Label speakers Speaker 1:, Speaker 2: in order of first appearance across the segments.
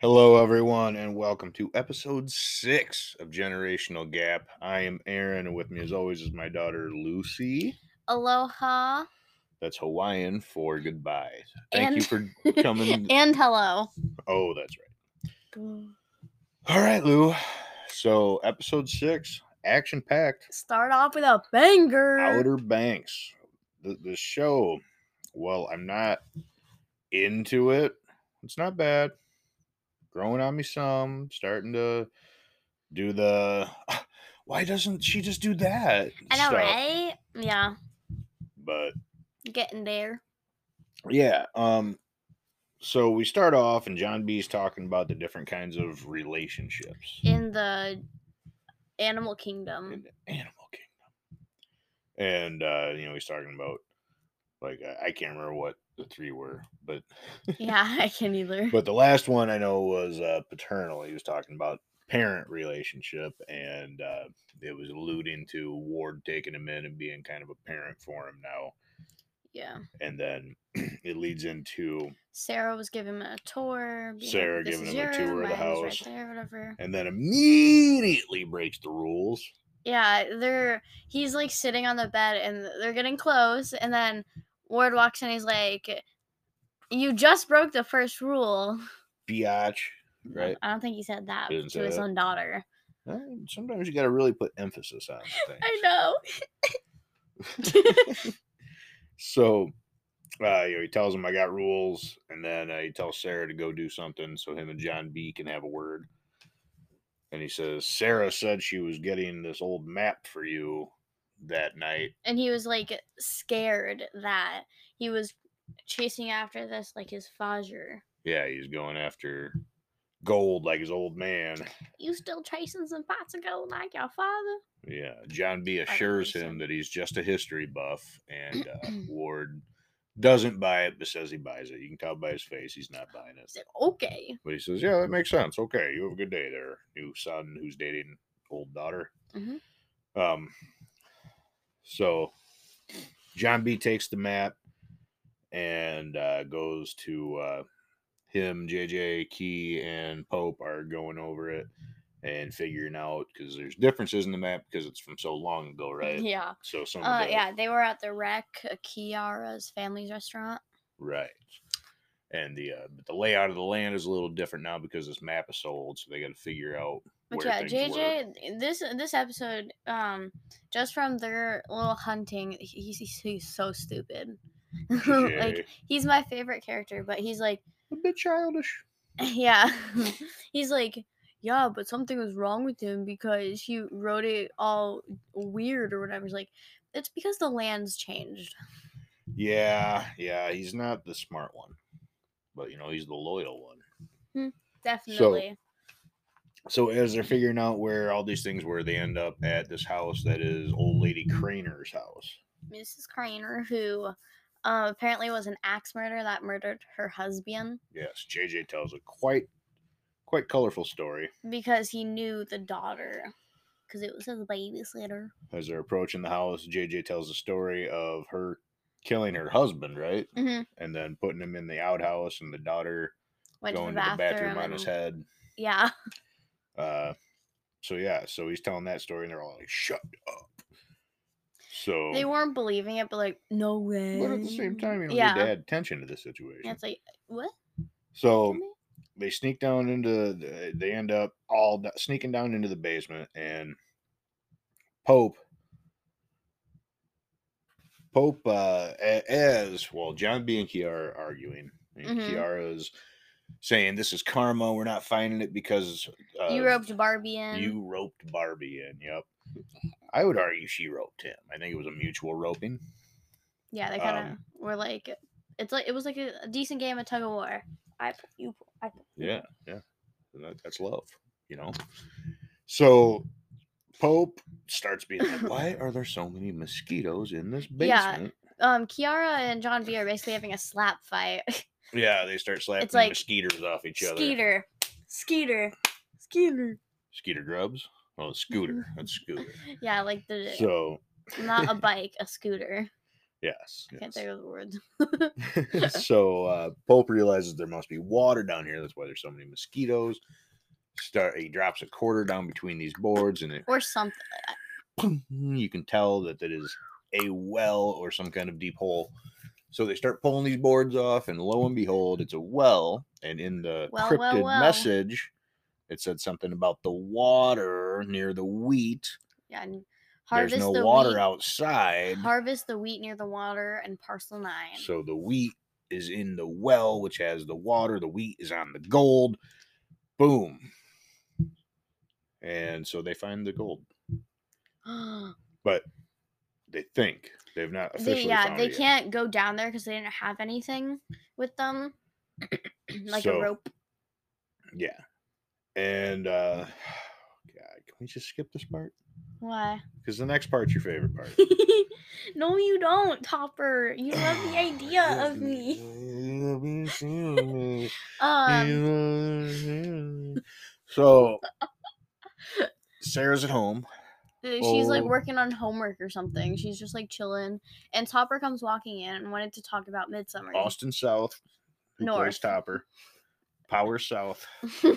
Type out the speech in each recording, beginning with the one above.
Speaker 1: Hello, everyone, and welcome to episode six of Generational Gap. I am Aaron, and with me, as always, is my daughter Lucy.
Speaker 2: Aloha
Speaker 1: That's Hawaiian for goodbye. Thank you for coming.
Speaker 2: and hello.
Speaker 1: oh, that's right. All right, Lou. So, episode six, action packed.
Speaker 2: Start off with a banger.
Speaker 1: Outer Banks. The, the show, well, I'm not into it. It's not bad. Growing on me some, starting to do the. Why doesn't she just do that?
Speaker 2: I know,
Speaker 1: stuff.
Speaker 2: right? Yeah,
Speaker 1: But
Speaker 2: getting there.
Speaker 1: yeah, um, so we start off, and John B's talking about the different kinds of relationships
Speaker 2: In the animal kingdom.
Speaker 1: in the Animal Kingdom, and uh, you know he's talking about like I I can't remember what the three were, but
Speaker 2: yeah, I can either.
Speaker 1: But the last one I know was uh, paternal. He was talking about parent relationship, and uh, it was alluding to Ward taking him in and being kind of a parent for him now.
Speaker 2: yeah.
Speaker 1: And then it leads into,
Speaker 2: Sarah was giving him a tour. being like,
Speaker 1: Sarah
Speaker 2: "This
Speaker 1: giving
Speaker 2: is
Speaker 1: him a
Speaker 2: your
Speaker 1: tour of the
Speaker 2: mine is
Speaker 1: house.
Speaker 2: Right there, whatever.
Speaker 1: and then immediately breaks the rules.
Speaker 2: Yeah, they're he's like sitting on the bed and they're getting close, and then Ward walks in. He's like, "You just broke the first rule."
Speaker 1: Biatch, right?
Speaker 2: I don't think he said that
Speaker 1: He didn't
Speaker 2: to
Speaker 1: say
Speaker 2: his
Speaker 1: that?
Speaker 2: own daughter.
Speaker 1: Uh, Sometimes you got to really put emphasis on things.
Speaker 2: I know.
Speaker 1: So, uh, you know, he tells him I got rules, and then uh, he tells Sarah to go do something so him and John B can have a word. And he says Sarah said she was getting this old map for you that night.
Speaker 2: And he was like scared that he was chasing after this, like his Fajer.
Speaker 1: Yeah, he's going after gold like his old man.
Speaker 2: You still chasing some pots of gold like your father?
Speaker 1: Yeah, John B
Speaker 2: don't
Speaker 1: assures
Speaker 2: think so.
Speaker 1: him that he's just a history buff, and uh, Ward doesn't buy it, but says he buys it. You can tell by his face he's not buying it.
Speaker 2: He's like, okay.
Speaker 1: But he says, "Yeah, that makes sense. Okay, you have a good day there, new son who's dating old daughter."
Speaker 2: Mhm.
Speaker 1: Um, so John B takes the map and uh, goes to uh, him. JJ Key and Pope are going over it and figuring out because there's differences in the map because it's from so long ago, right? Oh
Speaker 2: Yeah.
Speaker 1: So some
Speaker 2: Uh,
Speaker 1: of the,
Speaker 2: yeah, they were at the wreck, uh, Kiara's family's restaurant.
Speaker 1: Right. And the uh, but the layout of the land is a little different now because this map is so old, so they got to figure out.
Speaker 2: Mm. But
Speaker 1: where
Speaker 2: yeah,
Speaker 1: things were.
Speaker 2: JJ, this this episode, um, just from their little hunting, he's he's, he's so stupid. like
Speaker 1: JJ.
Speaker 2: he's my favorite character, but he's like
Speaker 1: a bit childish.
Speaker 2: Yeah. He's like, yeah, but something was wrong with him because he wrote it all weird or whatever. He's like, it's because the land's changed.
Speaker 1: Yeah, yeah, he's not the smart one, but you know he's the loyal one.
Speaker 2: Definitely.
Speaker 1: So as they're figuring out where all these things were, they end up at this house that is old lady Craner's house.
Speaker 2: Mrs. Craner, who uh, apparently was an axe murderer that murdered her husband
Speaker 1: Yes, JJ tells a quite, quite colorful story
Speaker 2: because he knew the daughter because it was his babysitter.
Speaker 1: as they're approaching the house. JJ tells a story of her killing her husband, right,
Speaker 2: Mm-hmm.
Speaker 1: and then putting him in the outhouse, and the daughter
Speaker 2: Went
Speaker 1: going
Speaker 2: to the bathroom.
Speaker 1: on his
Speaker 2: and-
Speaker 1: head.
Speaker 2: Yeah.
Speaker 1: Uh, so yeah, so he's telling that story, and they're all like, "Shut up." So
Speaker 2: They weren't believing it, but like, no way.
Speaker 1: Oh. But at the same time, you know,
Speaker 2: yeah.
Speaker 1: they had attention to the situation.
Speaker 2: And it's like, what?
Speaker 1: so they sneak down into, the, they end up all d- sneaking down into the basement, and Pope, Pope, uh, a- as well, John B and Kiara are arguing. And
Speaker 2: Mhm.
Speaker 1: Kiara's saying, This is karma. We're not finding it because uh,
Speaker 2: you roped Barbie in.
Speaker 1: you roped Barbie in. Yep. I would argue she roped him. I think it was a mutual roping.
Speaker 2: Yeah, they kind of
Speaker 1: Um,
Speaker 2: were like it's like it was like a, a decent game of tug of war. I pull, you pull, I pull. you
Speaker 1: Yeah, yeah. And that, that's love, you know? So Pope starts being like, why are there so many mosquitoes in this
Speaker 2: Yeah.
Speaker 1: basement?
Speaker 2: pull." Um, Kiara and John B are basically having a slap fight.
Speaker 1: Yeah, they start slapping
Speaker 2: like
Speaker 1: mosquitoes off each other.
Speaker 2: Skeeter, Skeeter, Skeeter.
Speaker 1: Skeeter grubs? Oh, scooter. That's scooter.
Speaker 2: Yeah, like the
Speaker 1: So,
Speaker 2: not a bike, a scooter.
Speaker 1: Yes.
Speaker 2: I can't
Speaker 1: yes.
Speaker 2: think of the words.
Speaker 1: so uh, Pope realizes there must be water down here. That's why there's so many mosquitoes. Start. He drops a quarter down between these boards, and it,
Speaker 2: Or something.
Speaker 1: Mm-hmm, you can tell that that is a well or some kind of deep hole. So they start pulling these boards off, and lo and behold, it's a well. And in the
Speaker 2: Well,
Speaker 1: cryptid
Speaker 2: well, well.
Speaker 1: message, it said something about the water near the wheat.
Speaker 2: Yeah, and harvest
Speaker 1: there's no
Speaker 2: the
Speaker 1: water
Speaker 2: wheat.
Speaker 1: outside.
Speaker 2: Harvest the wheat near the water and parcel nine.
Speaker 1: So the wheat is in the well, which has the water. The wheat is on the gold. Boom. And so they find the gold, but they think they've not
Speaker 2: they,
Speaker 1: officially
Speaker 2: yeah,
Speaker 1: found
Speaker 2: they
Speaker 1: it yet.
Speaker 2: can't go down there because they didn't have anything with them, like
Speaker 1: So-
Speaker 2: a rope.
Speaker 1: Yeah. And uh, God, can we just skip this part?
Speaker 2: Why?
Speaker 1: Because the next part's your favorite part.
Speaker 2: no, you don't, Topper. You love the idea of me.
Speaker 1: me.
Speaker 2: Um,
Speaker 1: so Sarah's at home.
Speaker 2: she's like
Speaker 1: Oh.
Speaker 2: working on homework or something. She's just like chilling, and Topper comes walking in and wanted to talk about Midsummer.
Speaker 1: Austin South, who plays
Speaker 2: North.
Speaker 1: Topper. Power South,
Speaker 2: Uh-huh.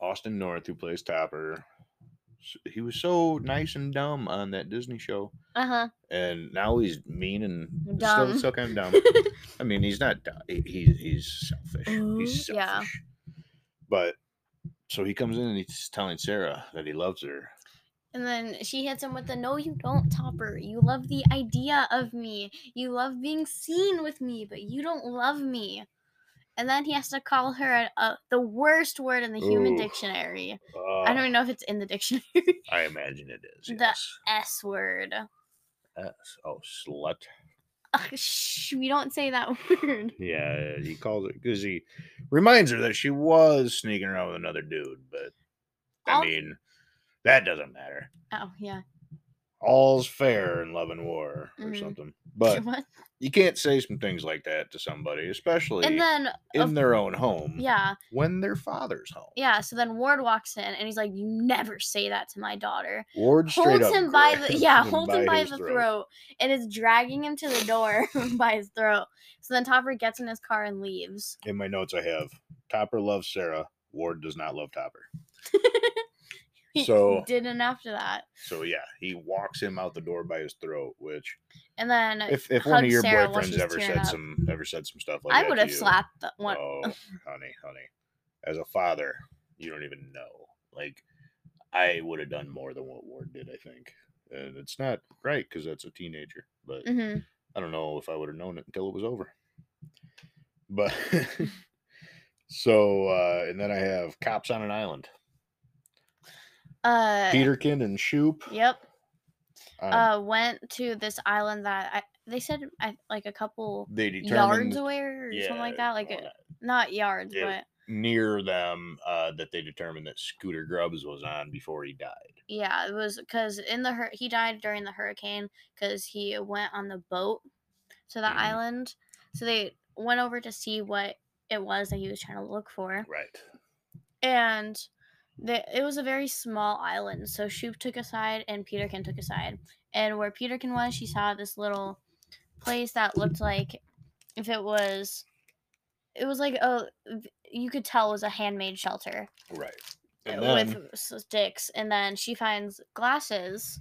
Speaker 1: Austin North, who plays Topper. S- He was so nice and dumb on that Disney show,
Speaker 2: uh huh.
Speaker 1: and now he's mean and
Speaker 2: Dumb.
Speaker 1: still still kind of dumb. I mean, he's not. dumb. He, he he's selfish. He's
Speaker 2: Ooh, yeah.
Speaker 1: selfish. But so he comes in and he's telling Sarah that he loves her.
Speaker 2: And then she hits him with the no, you don't, Topper. You love the idea of me. You love being seen with me, but you don't love me. And then he has to call her a, a, the worst word in the human
Speaker 1: Ooh.
Speaker 2: dictionary.
Speaker 1: Uh,
Speaker 2: I don't even know if it's in the dictionary.
Speaker 1: I imagine it is.
Speaker 2: The-
Speaker 1: Yes.
Speaker 2: S word.
Speaker 1: yes. Oh, slut.
Speaker 2: Ugh, shh, we don't say that word.
Speaker 1: Yeah, he calls it because he reminds her that she was sneaking around with another dude, but I
Speaker 2: All-
Speaker 1: mean, that doesn't matter.
Speaker 2: Oh, yeah.
Speaker 1: All's fair in love and war or
Speaker 2: Mhm.
Speaker 1: something. But
Speaker 2: What?
Speaker 1: you can't say some things like that to somebody, especially
Speaker 2: And then,
Speaker 1: in
Speaker 2: of-
Speaker 1: their own home
Speaker 2: yeah,
Speaker 1: when their father's home.
Speaker 2: yeah. So then Ward walks in and he's like, You never say that to my daughter.
Speaker 1: Ward straight
Speaker 2: holds
Speaker 1: up
Speaker 2: him by
Speaker 1: grabs
Speaker 2: the yeah holds him by
Speaker 1: his
Speaker 2: the throat. and is dragging him to the door by his throat so then topper gets in his car and leaves
Speaker 1: In my notes, I have Topper loves Sarah. Ward does not love Topper.
Speaker 2: he
Speaker 1: So-
Speaker 2: didn't after that
Speaker 1: So yeah, he walks him out the door by his throat, which
Speaker 2: and then
Speaker 1: if, if one of
Speaker 2: hugged
Speaker 1: your
Speaker 2: Uh, Sarah while
Speaker 1: boyfriends
Speaker 2: she's
Speaker 1: ever
Speaker 2: tearing
Speaker 1: said
Speaker 2: up.
Speaker 1: some ever said some stuff like that,
Speaker 2: i
Speaker 1: to
Speaker 2: would have
Speaker 1: you,
Speaker 2: slapped that one
Speaker 1: Oh, honey, honey, as a father, you don't even know. Like, I would have done more than what Ward did. I think, and it's not right because that's a teenager. But
Speaker 2: Mhm.
Speaker 1: I don't know if I would have known it until it was over. But so, uh, and then I have cops on an island.
Speaker 2: uh
Speaker 1: Peterkin and Shoop.
Speaker 2: yep
Speaker 1: um,
Speaker 2: uh went to this island that I, they said I, like a couple
Speaker 1: they determined
Speaker 2: yards away or something like
Speaker 1: yeah,
Speaker 2: that like
Speaker 1: all
Speaker 2: a, not yards
Speaker 1: It-
Speaker 2: but
Speaker 1: near them uh, that they determined that Scooter Grubbs was on before he died.
Speaker 2: Yeah, it was because in the hur- he died during the hurricane because he went on the boat to the
Speaker 1: Mhm.
Speaker 2: island. So they went over to see what it was that he was trying to look for,
Speaker 1: Right.
Speaker 2: and the it was a very small island. So Shoop took a side, and Peterkin took a side. And where Peterkin was, she saw this little place that looked like if it was, it was like a you could tell it was a handmade shelter
Speaker 1: Right.
Speaker 2: uh,
Speaker 1: And then,
Speaker 2: with sticks, and then she finds glasses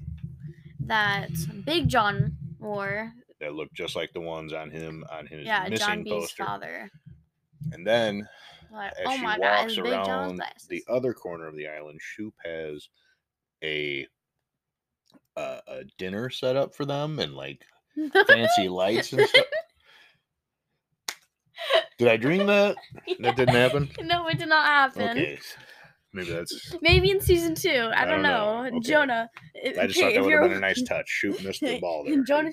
Speaker 2: that Big John wore.
Speaker 1: that looked just like the ones on him on his
Speaker 2: yeah, John
Speaker 1: missing
Speaker 2: B's
Speaker 1: poster.
Speaker 2: father.
Speaker 1: And then,
Speaker 2: Like,
Speaker 1: as
Speaker 2: oh
Speaker 1: she
Speaker 2: my god,
Speaker 1: walks
Speaker 2: it's Big John's
Speaker 1: around
Speaker 2: glasses.
Speaker 1: the other corner of the island, Shoop has a uh, a dinner set up for them and like fancy lights and stuff. Did I dream that? That didn't happen.
Speaker 2: no, it did not happen.
Speaker 1: Okay, s- maybe that's.
Speaker 2: Maybe in season two. I,
Speaker 1: don't
Speaker 2: don't know.
Speaker 1: know. Okay.
Speaker 2: Jonah.
Speaker 1: I just thought that would have been a nice touch. Shoot, missed the ball there.
Speaker 2: Jonah.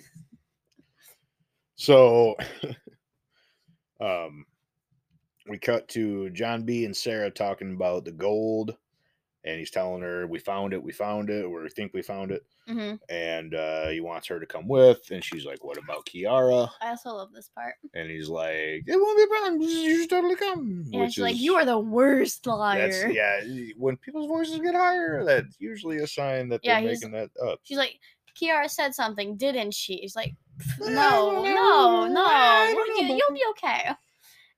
Speaker 1: So, um, we cut to John B and Sarah talking about the gold, and he's telling her, "We found it, we found it, or we think we found it,"
Speaker 2: Mhm.
Speaker 1: and uh, he wants her to come with, and she's like, "What about Kiara?"
Speaker 2: I also love this part.
Speaker 1: And he's like, "It won't be a problem. You should totally come."
Speaker 2: Yeah, she's like, "You are the worst liar."
Speaker 1: That's, yeah, when people's voices get higher, that's usually a sign that
Speaker 2: Yeah,
Speaker 1: they're
Speaker 2: he's-
Speaker 1: making that up.
Speaker 2: She's like, Kiara said something, didn't she? She's like,
Speaker 1: I
Speaker 2: no,
Speaker 1: don't
Speaker 2: no,
Speaker 1: know.
Speaker 2: no.
Speaker 1: I don't
Speaker 2: we're
Speaker 1: know,
Speaker 2: good.
Speaker 1: Bo-
Speaker 2: You'll be okay.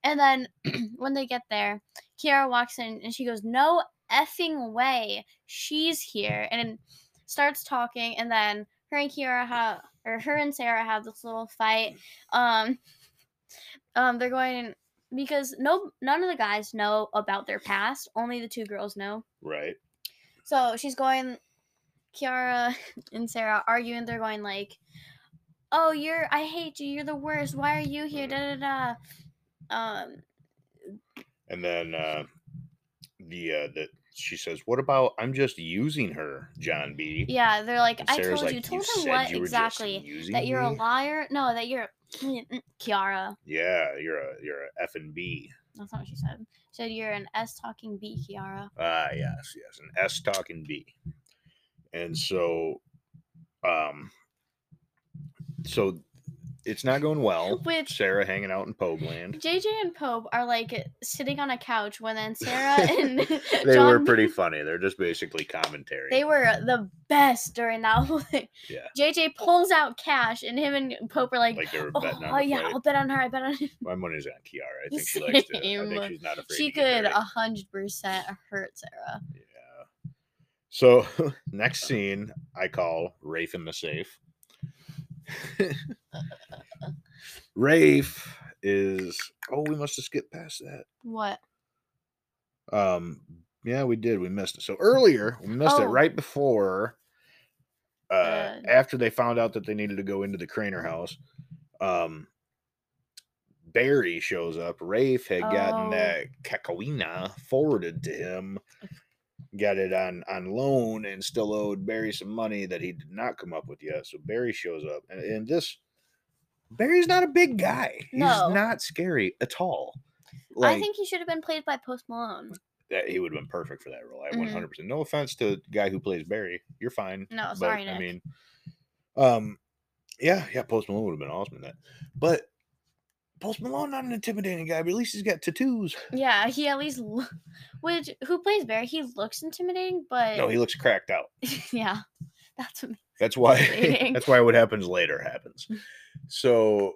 Speaker 2: And then when they get there, Kiara walks in and she goes, No effing way. She's here. And starts talking. And then her and Kiara have, or her and Sarah have this little fight. Um, um, they're going because no, none of the guys know about their past. Only the two girls know.
Speaker 1: Right.
Speaker 2: So she's going, Kiara and Sarah arguing. They're going like, "Oh, you're I hate you. You're the worst. Why are you here?" Da da da. Um,
Speaker 1: And then uh, the uh, that she says, "What about I'm just using her, John B."
Speaker 2: yeah, they're like,
Speaker 1: And
Speaker 2: "I
Speaker 1: Sarah's
Speaker 2: told you." Told
Speaker 1: said
Speaker 2: her what
Speaker 1: you were just
Speaker 2: exactly?
Speaker 1: using
Speaker 2: That you're a
Speaker 1: me?"
Speaker 2: liar? No, that you're mm, Kiara.
Speaker 1: Yeah, you're a you're a F and B.
Speaker 2: That's not what she said. She said you're an S talking B, Kiara.
Speaker 1: Ah, yes, yes, an S talking B. And so, um, so it's not going well.
Speaker 2: Which-
Speaker 1: Sarah hanging out in Pogue land.
Speaker 2: JJ and Pope are like sitting on a couch when then Sarah and
Speaker 1: They
Speaker 2: John
Speaker 1: were pretty funny. They're just basically commentary.
Speaker 2: They were the best during that whole thing.
Speaker 1: Yeah.
Speaker 2: JJ pulls out cash, and him and Pope are like,
Speaker 1: like they were
Speaker 2: "Oh,
Speaker 1: betting on
Speaker 2: oh,
Speaker 1: the
Speaker 2: yeah,
Speaker 1: fight.
Speaker 2: I'll bet on her. I bet on her."
Speaker 1: My money's on Kiara. I think she likes to. I think
Speaker 2: Same.
Speaker 1: she's not afraid.
Speaker 2: She
Speaker 1: to get
Speaker 2: could uh
Speaker 1: dirty.
Speaker 2: a hundred percent hurt Sarah.
Speaker 1: Yeah. So next scene, I call Rafe in the safe. Rafe is. Oh, we must have skipped past that.
Speaker 2: What?
Speaker 1: Um, yeah, we did. We missed it. So earlier, we missed it
Speaker 2: Mm. Oh.
Speaker 1: right before. Uh,
Speaker 2: Uh,
Speaker 1: after they found out that they needed to go into the Craner house, um, Barry shows up. Rafe had gotten
Speaker 2: Oh.
Speaker 1: that Kakawina forwarded to him, got it on on loan, and still owed Barry some money that he did not come up with yet. So Barry shows up, and, and this Barry's not a big guy. He's
Speaker 2: Mm. No.
Speaker 1: not scary at all. Like,
Speaker 2: I think he should have been played by Post Malone.
Speaker 1: that he would have been perfect for that role. I
Speaker 2: Mhm.
Speaker 1: one hundred percent. No offense to the guy who plays Barry, you're fine.
Speaker 2: No, Mm, sorry,
Speaker 1: I
Speaker 2: Nick.
Speaker 1: mean, um, yeah, yeah, Post Malone would have been awesome in that. But Post Malone, not an intimidating guy, but at least he's got tattoos.
Speaker 2: Yeah, he at least, lo- which who plays Bear? He looks intimidating, but
Speaker 1: No, he looks cracked out.
Speaker 2: yeah, that's what.
Speaker 1: That's why.
Speaker 2: Fascinating.
Speaker 1: that's why what happens later happens. So.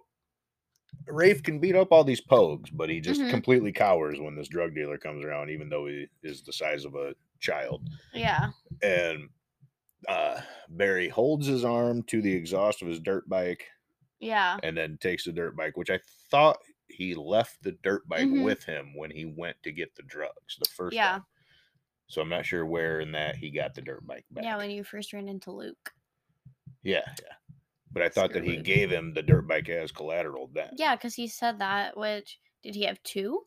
Speaker 1: Rafe can beat up all these pogues, but he just
Speaker 2: Mhm.
Speaker 1: completely cowers when this drug dealer comes around, even though he is the size of a child.
Speaker 2: Yeah,
Speaker 1: and uh, Barry holds his arm to the exhaust of his dirt bike
Speaker 2: yeah,
Speaker 1: and then takes the dirt bike, which I thought he left the dirt bike
Speaker 2: Mhm.
Speaker 1: with him when he went to get the drugs the first
Speaker 2: Yeah.
Speaker 1: time. So I'm not sure where in that he got the dirt bike back.
Speaker 2: yeah. When you first ran into Luke.
Speaker 1: yeah, yeah. But I thought that
Speaker 2: Screw
Speaker 1: he
Speaker 2: it.
Speaker 1: gave him the dirt bike as collateral then.
Speaker 2: Yeah, because he said that. Which did he have two?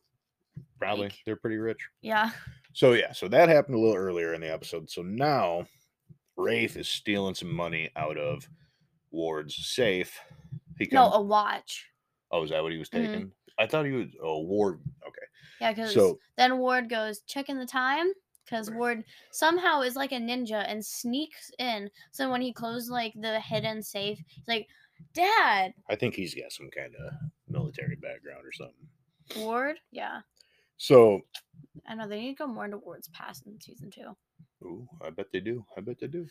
Speaker 1: Probably
Speaker 2: like-
Speaker 1: they're pretty rich.
Speaker 2: Yeah.
Speaker 1: So yeah, so that happened a little earlier in the episode. So now Rafe is stealing some money out of Ward's safe. He
Speaker 2: No,
Speaker 1: comes-
Speaker 2: a watch.
Speaker 1: Oh, is that what he was
Speaker 2: Mhm.
Speaker 1: taking? I thought he was oh Ward. Okay,
Speaker 2: Yeah, because
Speaker 1: so
Speaker 2: Then Ward goes, checking the time. Because
Speaker 1: Right.
Speaker 2: Ward somehow is like a ninja and sneaks in. So when he closed like the hidden safe, he's like, Dad,
Speaker 1: I think he's got some kind of military background or something.
Speaker 2: Ward? Yeah.
Speaker 1: So,
Speaker 2: I know they need to go more into Ward's past in season two.
Speaker 1: ooh, I bet they do. I bet they do.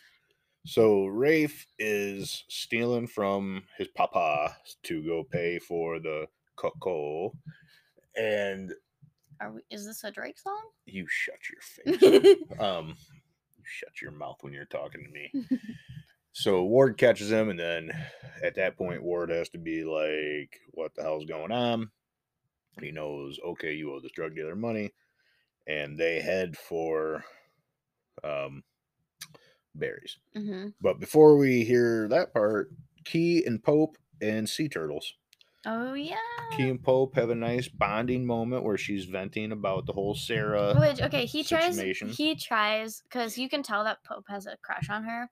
Speaker 1: So Rafe is stealing from his papa to go pay for the cocoa, and
Speaker 2: Are we is this a Drake song?
Speaker 1: you shut your face. um you shut your mouth when you're talking to me so ward catches him and then at that point ward has to be like what the hell's going on he knows okay you owe this drug dealer money and they head for um berries
Speaker 2: hmm
Speaker 1: but before we hear that part key and pope and sea turtles
Speaker 2: Oh yeah.
Speaker 1: key and pope have a nice bonding moment where she's venting about the whole sarah
Speaker 2: Which okay, he tries
Speaker 1: situation.
Speaker 2: he tries because you can tell that Pope has a crush on her.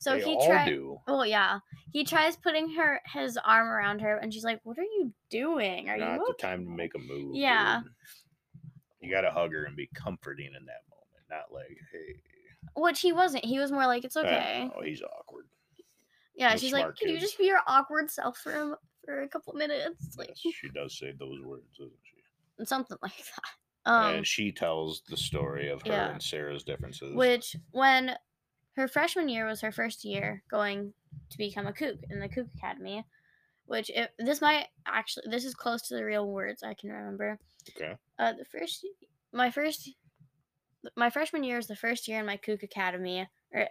Speaker 2: So
Speaker 1: they
Speaker 2: he
Speaker 1: all
Speaker 2: tries
Speaker 1: do
Speaker 2: Well, yeah. He tries putting her his arm around her, and she's like, "What are you doing? Are
Speaker 1: not
Speaker 2: you
Speaker 1: the
Speaker 2: okay?"
Speaker 1: time to make a move.
Speaker 2: Yeah.
Speaker 1: dude. You gotta hug her and be comforting in that moment, not like, hey,
Speaker 2: Which he wasn't. He was more like, "It's
Speaker 1: I don't
Speaker 2: okay."
Speaker 1: know, he's awkward.
Speaker 2: Yeah,
Speaker 1: the
Speaker 2: she's like,
Speaker 1: smart
Speaker 2: "Can you
Speaker 1: kids.
Speaker 2: just be your awkward self for a, mo- for a couple minutes?" Like
Speaker 1: Yes, she does say those words, doesn't she?
Speaker 2: something like that. Um,
Speaker 1: and she tells the story of her
Speaker 2: yeah.
Speaker 1: and Sarah's differences.
Speaker 2: which when her freshman year was her first year going to become a kook in the kook academy which it, this might actually this is close to the real words i can remember
Speaker 1: Okay.
Speaker 2: uh the first my first my freshman year was the first year in my kook academy or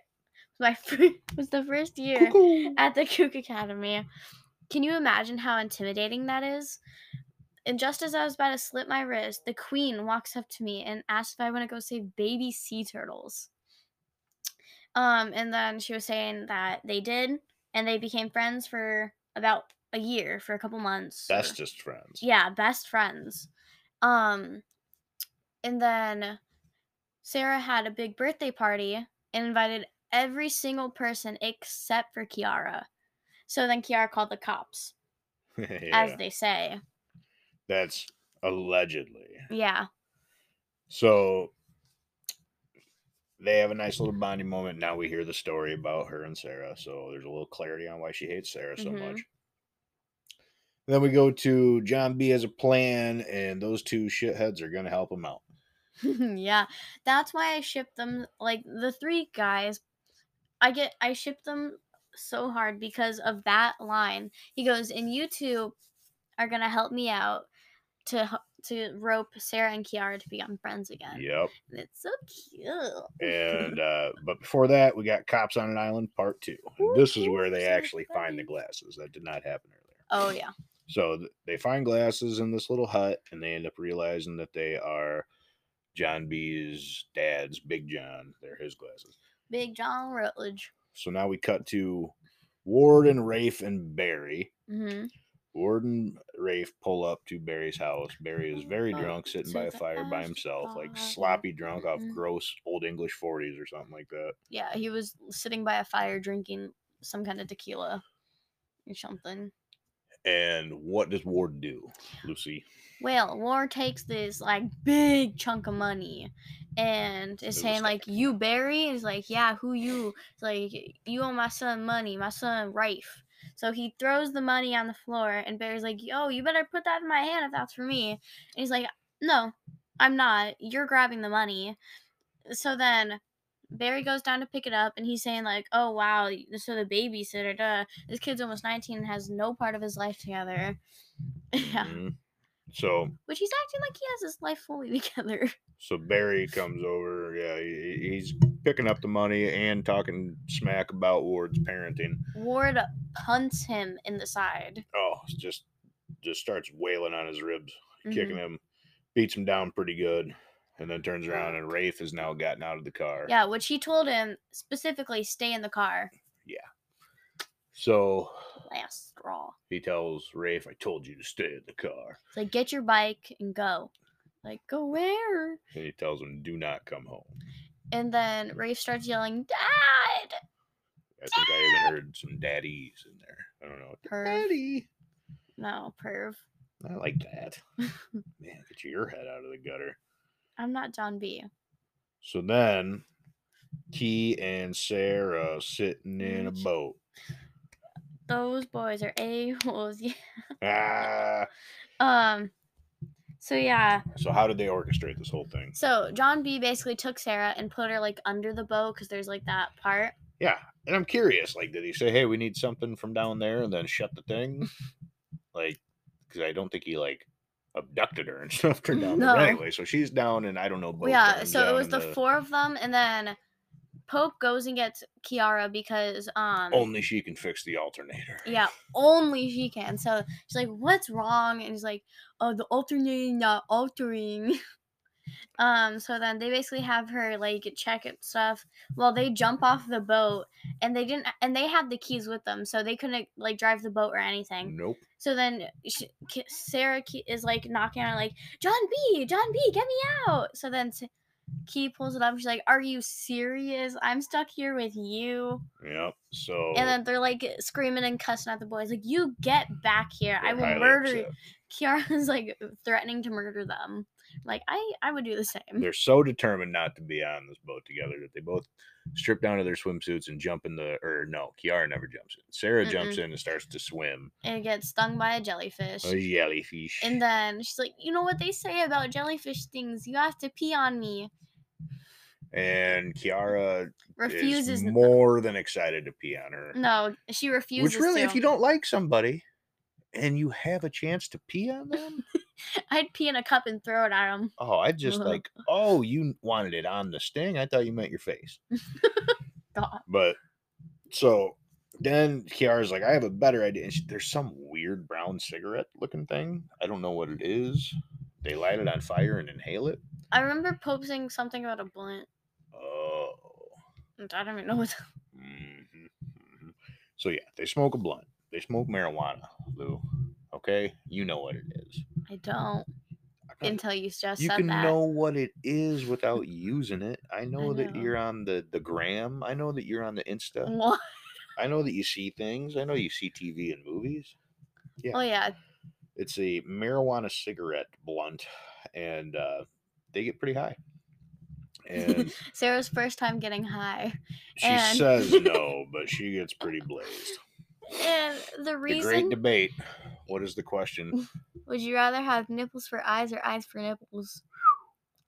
Speaker 2: my fir- was the first year at the kook academy can you imagine how intimidating that is and just as i was about to slip my wrist the queen walks up to me and asks if i want to go save baby sea turtles um and then she was saying that they did and they became friends for about a year for a couple months or-
Speaker 1: Bestest friends.
Speaker 2: yeah, best friends. Um and then Sarah had a big birthday party and invited every single person except for Kiara. So then Kiara called the cops, as
Speaker 1: Yeah,
Speaker 2: they say.
Speaker 1: That's allegedly.
Speaker 2: Yeah.
Speaker 1: So they have a nice little bonding moment. Now we hear the story about her and Sarah. So there's a little clarity on why she hates Sarah so
Speaker 2: Mhm.
Speaker 1: much. Then we go to John B has a plan, and those two shitheads are going to help him out.
Speaker 2: yeah. That's why I ship them like the three guys I get I ship them so hard because of that line. He goes, "And you two are going to help me out to h- to rope Sarah and Kiara to become friends again."
Speaker 1: Yep.
Speaker 2: It's so cute.
Speaker 1: And uh, but before that, we got cops on an island part two. And
Speaker 2: Ooh,
Speaker 1: this is
Speaker 2: ooh,
Speaker 1: where they
Speaker 2: so
Speaker 1: actually find the
Speaker 2: funny.
Speaker 1: glasses. That did not happen earlier.
Speaker 2: Oh yeah.
Speaker 1: So th- they find glasses in this little hut, and they end up realizing that they are John B's dad's Big John. They're his glasses.
Speaker 2: Big John Rutledge.
Speaker 1: So now we cut to Ward and Rafe and Barry.
Speaker 2: Mm-hmm.
Speaker 1: Ward and Rafe pull up to Barry's house. Barry is very
Speaker 2: Oh,
Speaker 1: drunk, sitting
Speaker 2: to
Speaker 1: by a
Speaker 2: the
Speaker 1: fire by
Speaker 2: house
Speaker 1: himself, like
Speaker 2: by
Speaker 1: sloppy drunk off
Speaker 2: Mm.
Speaker 1: gross old English 40s or something like that.
Speaker 2: Yeah, he was sitting by a fire drinking some kind of tequila or something.
Speaker 1: And what does Ward do, Lucy?
Speaker 2: Well, War takes this like big chunk of money and is
Speaker 1: was
Speaker 2: saying
Speaker 1: that.
Speaker 2: like you Barry is like, Yeah, who you? It's like you owe my son money, my son Rafe. So he throws the money on the floor and Barry's like, Yo, you better put that in my hand if that's for me. And he's like, No, I'm not. You're grabbing the money. So then Barry goes down to pick it up and he's saying like, Oh wow, so the babysitter, duh. This kid's almost nineteen and has no part of his life together. yeah.
Speaker 1: Mhm. So
Speaker 2: Which he's acting like he has his life fully together.
Speaker 1: so Barry comes over. Yeah, he, he- he's picking up the money and talking smack about Ward's parenting.
Speaker 2: Ward punts him in the side.
Speaker 1: Oh, it's just just starts wailing on his ribs,
Speaker 2: Mhm.
Speaker 1: kicking him, beats him down pretty good, and then turns around and Rafe has now gotten out of the car.
Speaker 2: Yeah, which he told him specifically stay in the car.
Speaker 1: So
Speaker 2: Last straw.
Speaker 1: he tells Rafe, "I told you to stay in the car,"
Speaker 2: It's like get your bike and go. Like, go where?
Speaker 1: and he tells him, "Do not come home."
Speaker 2: And then Rafe starts yelling, Dad!
Speaker 1: I think I even heard some daddies in there. I don't know.
Speaker 2: Perv.
Speaker 1: Daddy.
Speaker 2: No, perv.
Speaker 1: I like that. Man, get your head out of the gutter.
Speaker 2: I'm not John B.
Speaker 1: So then, Key and Sarah sitting in a
Speaker 2: Mm.
Speaker 1: boat.
Speaker 2: Those boys are a-holes. Yeah.
Speaker 1: Ah.
Speaker 2: Um, so yeah.
Speaker 1: So how did they orchestrate this whole thing?
Speaker 2: So John B basically took Sarah and put her like under the boat because there's like that part.
Speaker 1: Yeah, and I'm curious. Like, did he say, "Hey, we need something from down there," and then shut the thing? like, because I don't think he like abducted her and stuffed her down
Speaker 2: No.
Speaker 1: there anyway. So she's down, and I don't know. boat
Speaker 2: yeah,
Speaker 1: turns
Speaker 2: so it
Speaker 1: down
Speaker 2: was
Speaker 1: in
Speaker 2: the, four of them, and then Pope goes and gets Kiara because um
Speaker 1: only she can fix the alternator.
Speaker 2: yeah only she can. So she's like, "What's wrong?" And he's like, "Oh, the alternating, not altering." um, so then they basically have her like check it stuff while they jump off the boat, and they didn't, and they had the keys with them, so they couldn't like drive the boat or anything.
Speaker 1: Nope.
Speaker 2: So then she, Ki- Sarah Key is like knocking on it, like, John B, John B, get me out. So then S- Key pulls it up. She's like, Are you serious? I'm stuck here with you.
Speaker 1: Yep. So
Speaker 2: And then they're like screaming and cussing at the boys, like, You get back here. I
Speaker 1: they're highly
Speaker 2: will murder you.
Speaker 1: upset.
Speaker 2: Kiara's like threatening to murder them. Like, I, I would do the same.
Speaker 1: They're so determined not to be on this boat together that they both strip down to their swimsuits and jump in the. Or no, Kiara never jumps in. Sarah jumps in and starts to swim.
Speaker 2: And gets stung by a jellyfish.
Speaker 1: A jellyfish.
Speaker 2: And then she's like, You know what they say about jellyfish things? You have to pee on me.
Speaker 1: and Kiara
Speaker 2: Refuses.
Speaker 1: is more than excited to pee on her.
Speaker 2: no, she refuses.
Speaker 1: Which really,
Speaker 2: to.
Speaker 1: if you don't like somebody and you have a chance to pee on them,
Speaker 2: I'd pee in a cup and throw it at him.
Speaker 1: oh, I just like, oh, you wanted it on the sting. I thought you meant your face.
Speaker 2: God.
Speaker 1: But so then Kiara's like, I have a better idea. And she, there's some weird brown cigarette looking thing. I don't know what it is. They light it on fire and inhale it.
Speaker 2: I remember Pope saying something about a blunt.
Speaker 1: Oh.
Speaker 2: and I don't even know what. the-
Speaker 1: Mhm, mhm. So yeah, they smoke a blunt. They smoke marijuana, Lou. Okay, you know what it is.
Speaker 2: I don't
Speaker 1: I'm not-
Speaker 2: until you just
Speaker 1: you
Speaker 2: said
Speaker 1: can
Speaker 2: that.
Speaker 1: know what it is without using it. I know that
Speaker 2: know. Mm.
Speaker 1: you're on the the gram. I know that you're on the Insta.
Speaker 2: What?
Speaker 1: I know that you see things. I know you see TV and movies. Yeah.
Speaker 2: Oh yeah,
Speaker 1: It's a marijuana cigarette blunt, and uh, they get pretty high. And
Speaker 2: Sarah's first time getting high,
Speaker 1: she
Speaker 2: And-
Speaker 1: says no, but she gets pretty blazed.
Speaker 2: and the
Speaker 1: The great
Speaker 2: reason
Speaker 1: debate. What is the question?
Speaker 2: would you rather have nipples for eyes or eyes for nipples?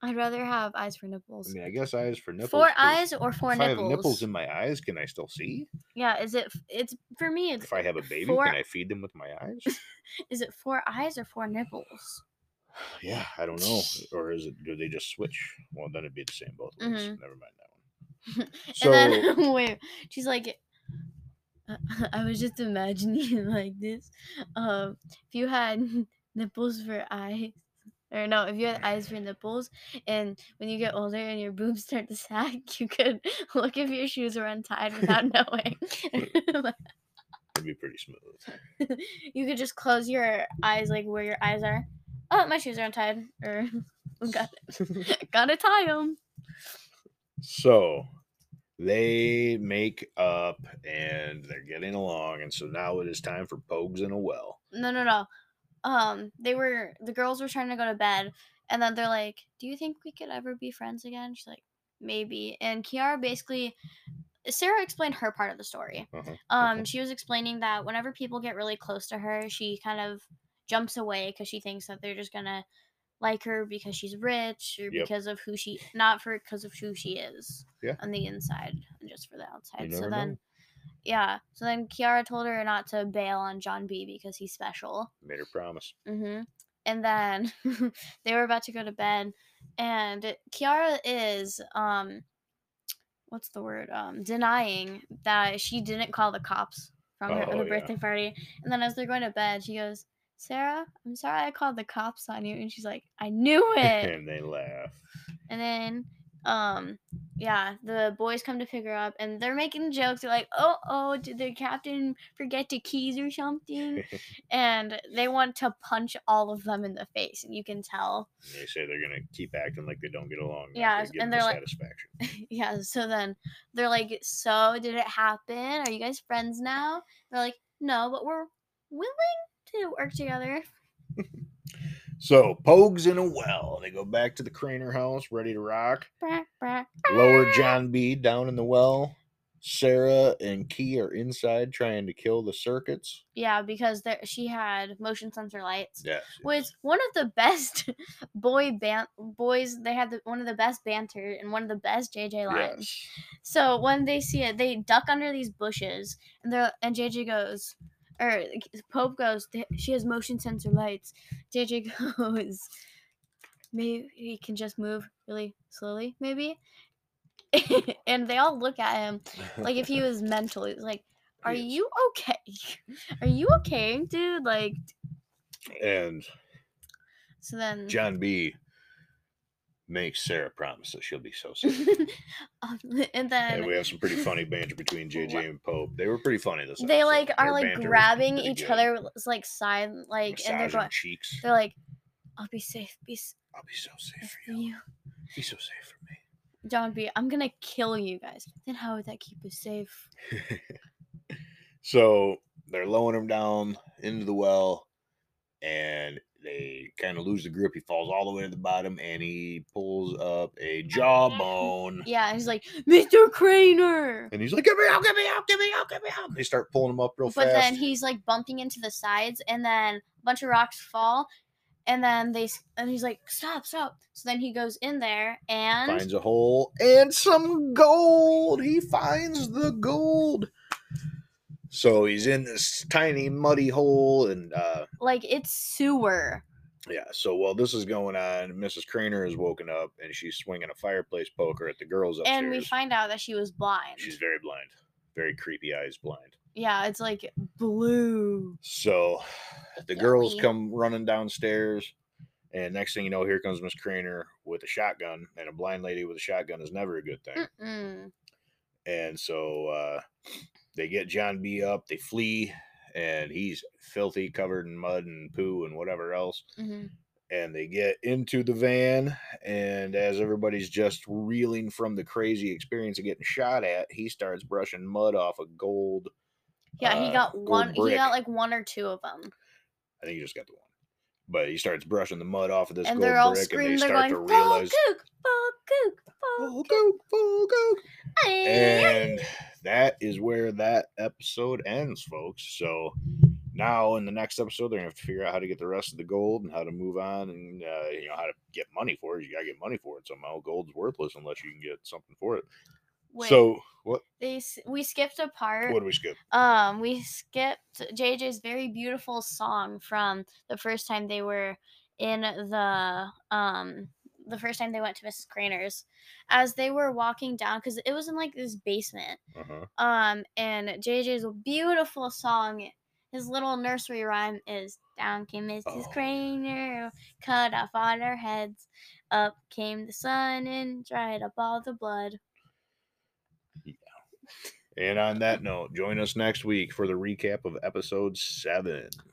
Speaker 2: I'd rather have eyes for
Speaker 1: I
Speaker 2: nipples.
Speaker 1: mean, I guess eyes for nipples.
Speaker 2: four
Speaker 1: 'cause
Speaker 2: eyes or four
Speaker 1: if
Speaker 2: nipples?
Speaker 1: I have nipples in my eyes, can I still see?
Speaker 2: yeah, is it? f- It's for me. It's
Speaker 1: If I have a baby,
Speaker 2: Four-
Speaker 1: can I feed them with my eyes?
Speaker 2: is it four eyes or four nipples?
Speaker 1: Yeah, I don't know. Or is it? Do they just switch? Well, then it'd be the same both ways.
Speaker 2: Mhm.
Speaker 1: Never mind that one.
Speaker 2: and
Speaker 1: So
Speaker 2: then wait, she's like, "Uh, I was just imagining it like this. Um, if you had nipples for eyes, or no, if you had eyes for nipples, and when you get older and your boobs start to sag, you could look if your shoes are untied without knowing.
Speaker 1: it'd be pretty smooth.
Speaker 2: you could just close your eyes, like where your eyes are. Oh, my shoes are untied, or got gotta tie them.
Speaker 1: So they make up and they're getting along, and so now it is time for pogues in a well.
Speaker 2: No, no, no. Um, they were the girls were trying to go to bed, and then they're like, "Do you think we could ever be friends again?" She's like, "Maybe." And Kiara basically, Sarah explained her part of the story.
Speaker 1: Uh-huh,
Speaker 2: Um,
Speaker 1: okay.
Speaker 2: she was explaining that whenever people get really close to her, she kind of jumps away because she thinks that they're just gonna like her because she's rich or
Speaker 1: Yep.
Speaker 2: because of who she, not for because of who she is
Speaker 1: Yeah.
Speaker 2: on the inside and just for the outside. So
Speaker 1: never know.
Speaker 2: then. Yeah. So then Kiara told her not to bail on John B because he's special.
Speaker 1: Made her promise.
Speaker 2: Mm-hmm. And then they were about to go to bed, and Kiara is um, what's the word? Um, denying that she didn't call the cops from her,
Speaker 1: Oh,
Speaker 2: the
Speaker 1: yeah.
Speaker 2: birthday party. And then as they're going to bed, she goes, "Sarah, I'm sorry I called the cops on you." And she's like, "I knew it."
Speaker 1: and they laugh.
Speaker 2: and then um yeah the boys come to pick her up and they're making jokes they're like oh oh did the captain forget the keys or something and they want to punch all of them in the face and you can tell
Speaker 1: They say they're gonna keep acting like they don't get along. Yeah,
Speaker 2: Yeah, and
Speaker 1: and
Speaker 2: they're
Speaker 1: the
Speaker 2: like-
Speaker 1: satisfaction.
Speaker 2: yeah so then they're like so did it happen are you guys friends now they're like no but we're willing to work together
Speaker 1: So Pogue's in a well. They go back to the Craner house, ready to rock.
Speaker 2: Brah, brah.
Speaker 1: Lower John B down in the well. Sarah and Key are inside trying to kill the circuits.
Speaker 2: yeah because there she had motion sensor lights
Speaker 1: Yes.
Speaker 2: was one of the best boy ban boys they had the, one of the best banter and one of the best jj lines So when they see it, they duck under these bushes, and they're and JJ goes, or Pope goes. "Th- She has motion sensor lights. JJ goes, maybe he can just move really slowly, maybe. and they all look at him like if he was mental. He's like, "Are
Speaker 1: Yes.
Speaker 2: you okay? Are you okay, dude?" Like
Speaker 1: And
Speaker 2: so then.
Speaker 1: John B makes Sarah promise that she'll be so safe.
Speaker 2: Um, and
Speaker 1: and
Speaker 2: then
Speaker 1: we have some pretty funny banter between
Speaker 2: What?
Speaker 1: JJ and Pope. They were pretty funny this
Speaker 2: they
Speaker 1: episode.
Speaker 2: like
Speaker 1: Their
Speaker 2: are like
Speaker 1: banter was
Speaker 2: grabbing
Speaker 1: pretty
Speaker 2: each
Speaker 1: good.
Speaker 2: other's like side like and they're
Speaker 1: Massaging
Speaker 2: going
Speaker 1: cheeks.
Speaker 2: They're like, I'll be safe. Be safe
Speaker 1: I'll be so safe
Speaker 2: for
Speaker 1: for you.
Speaker 2: you.
Speaker 1: Be so safe for me.
Speaker 2: John B, I'm going to kill you guys. Then how would that keep us safe?
Speaker 1: So they're lowering him down into the well, and they kind of lose the grip. He falls all the way to the bottom, and he pulls up a jawbone.
Speaker 2: Yeah, and he's like, Mr. Craner.
Speaker 1: And he's like, "Get me out! Get me out! Get me out! Get me out!" They start pulling him up real
Speaker 2: But
Speaker 1: fast.
Speaker 2: then he's like bumping into the sides, and then a bunch of rocks fall. And then they s- and he's like, "Stop, stop!" So then he goes in there and
Speaker 1: Finds a hole and some gold. He finds the gold. So he's in this tiny muddy hole, and uh,
Speaker 2: like it's sewer.
Speaker 1: yeah. So while this is going on, Mrs. Craner is woken up, and she's swinging a fireplace poker at the girls upstairs.
Speaker 2: And we find out that she was blind.
Speaker 1: she's very blind, very creepy eyes blind.
Speaker 2: yeah, it's like blue.
Speaker 1: So the girls
Speaker 2: Yummy.
Speaker 1: come running downstairs, and next thing you know, here comes Miss Craner with a shotgun, and a blind lady with a shotgun is never a good thing.
Speaker 2: Mm-mm.
Speaker 1: And so uh, they get John B up, they flee, and he's filthy, covered in mud and poo and whatever else.
Speaker 2: hmm
Speaker 1: And they get into the van, and as everybody's just reeling from the crazy experience of getting shot at, he starts brushing mud off a gold.
Speaker 2: Yeah, he
Speaker 1: uh,
Speaker 2: got
Speaker 1: gold
Speaker 2: one. He
Speaker 1: brick.
Speaker 2: got like one or two of them,
Speaker 1: I think he just got the one. But he starts brushing the mud off of this
Speaker 2: and
Speaker 1: gold
Speaker 2: they're all
Speaker 1: brick,
Speaker 2: screaming.
Speaker 1: and they
Speaker 2: They're
Speaker 1: start
Speaker 2: going,
Speaker 1: to
Speaker 2: "Full
Speaker 1: realize,
Speaker 2: gook, full gook,
Speaker 1: "Oh,
Speaker 2: full
Speaker 1: go, oh, go,
Speaker 2: gook."
Speaker 1: And that is where that episode ends, folks. So now in the next episode, they're gonna have to figure out how to get the rest of the gold and how to move on, and uh, you know how to get money for it. You gotta get money for it somehow. Gold's worthless unless you can get something for it.
Speaker 2: Wait,
Speaker 1: So what?
Speaker 2: they s- we skipped a part.
Speaker 1: What do we skip?
Speaker 2: Um, we skipped JJ's very beautiful song from the first time they were in the um the first time they went to Mrs. Craner's as they were walking down because it was in like this basement.
Speaker 1: Uh-huh.
Speaker 2: Um, and JJ's beautiful song, his little nursery rhyme is down came Mrs.
Speaker 1: Oh.
Speaker 2: Craner, cut off all our heads. Up came the sun and dried up all the blood.
Speaker 1: And on that note, join us next week for the recap of episode seven.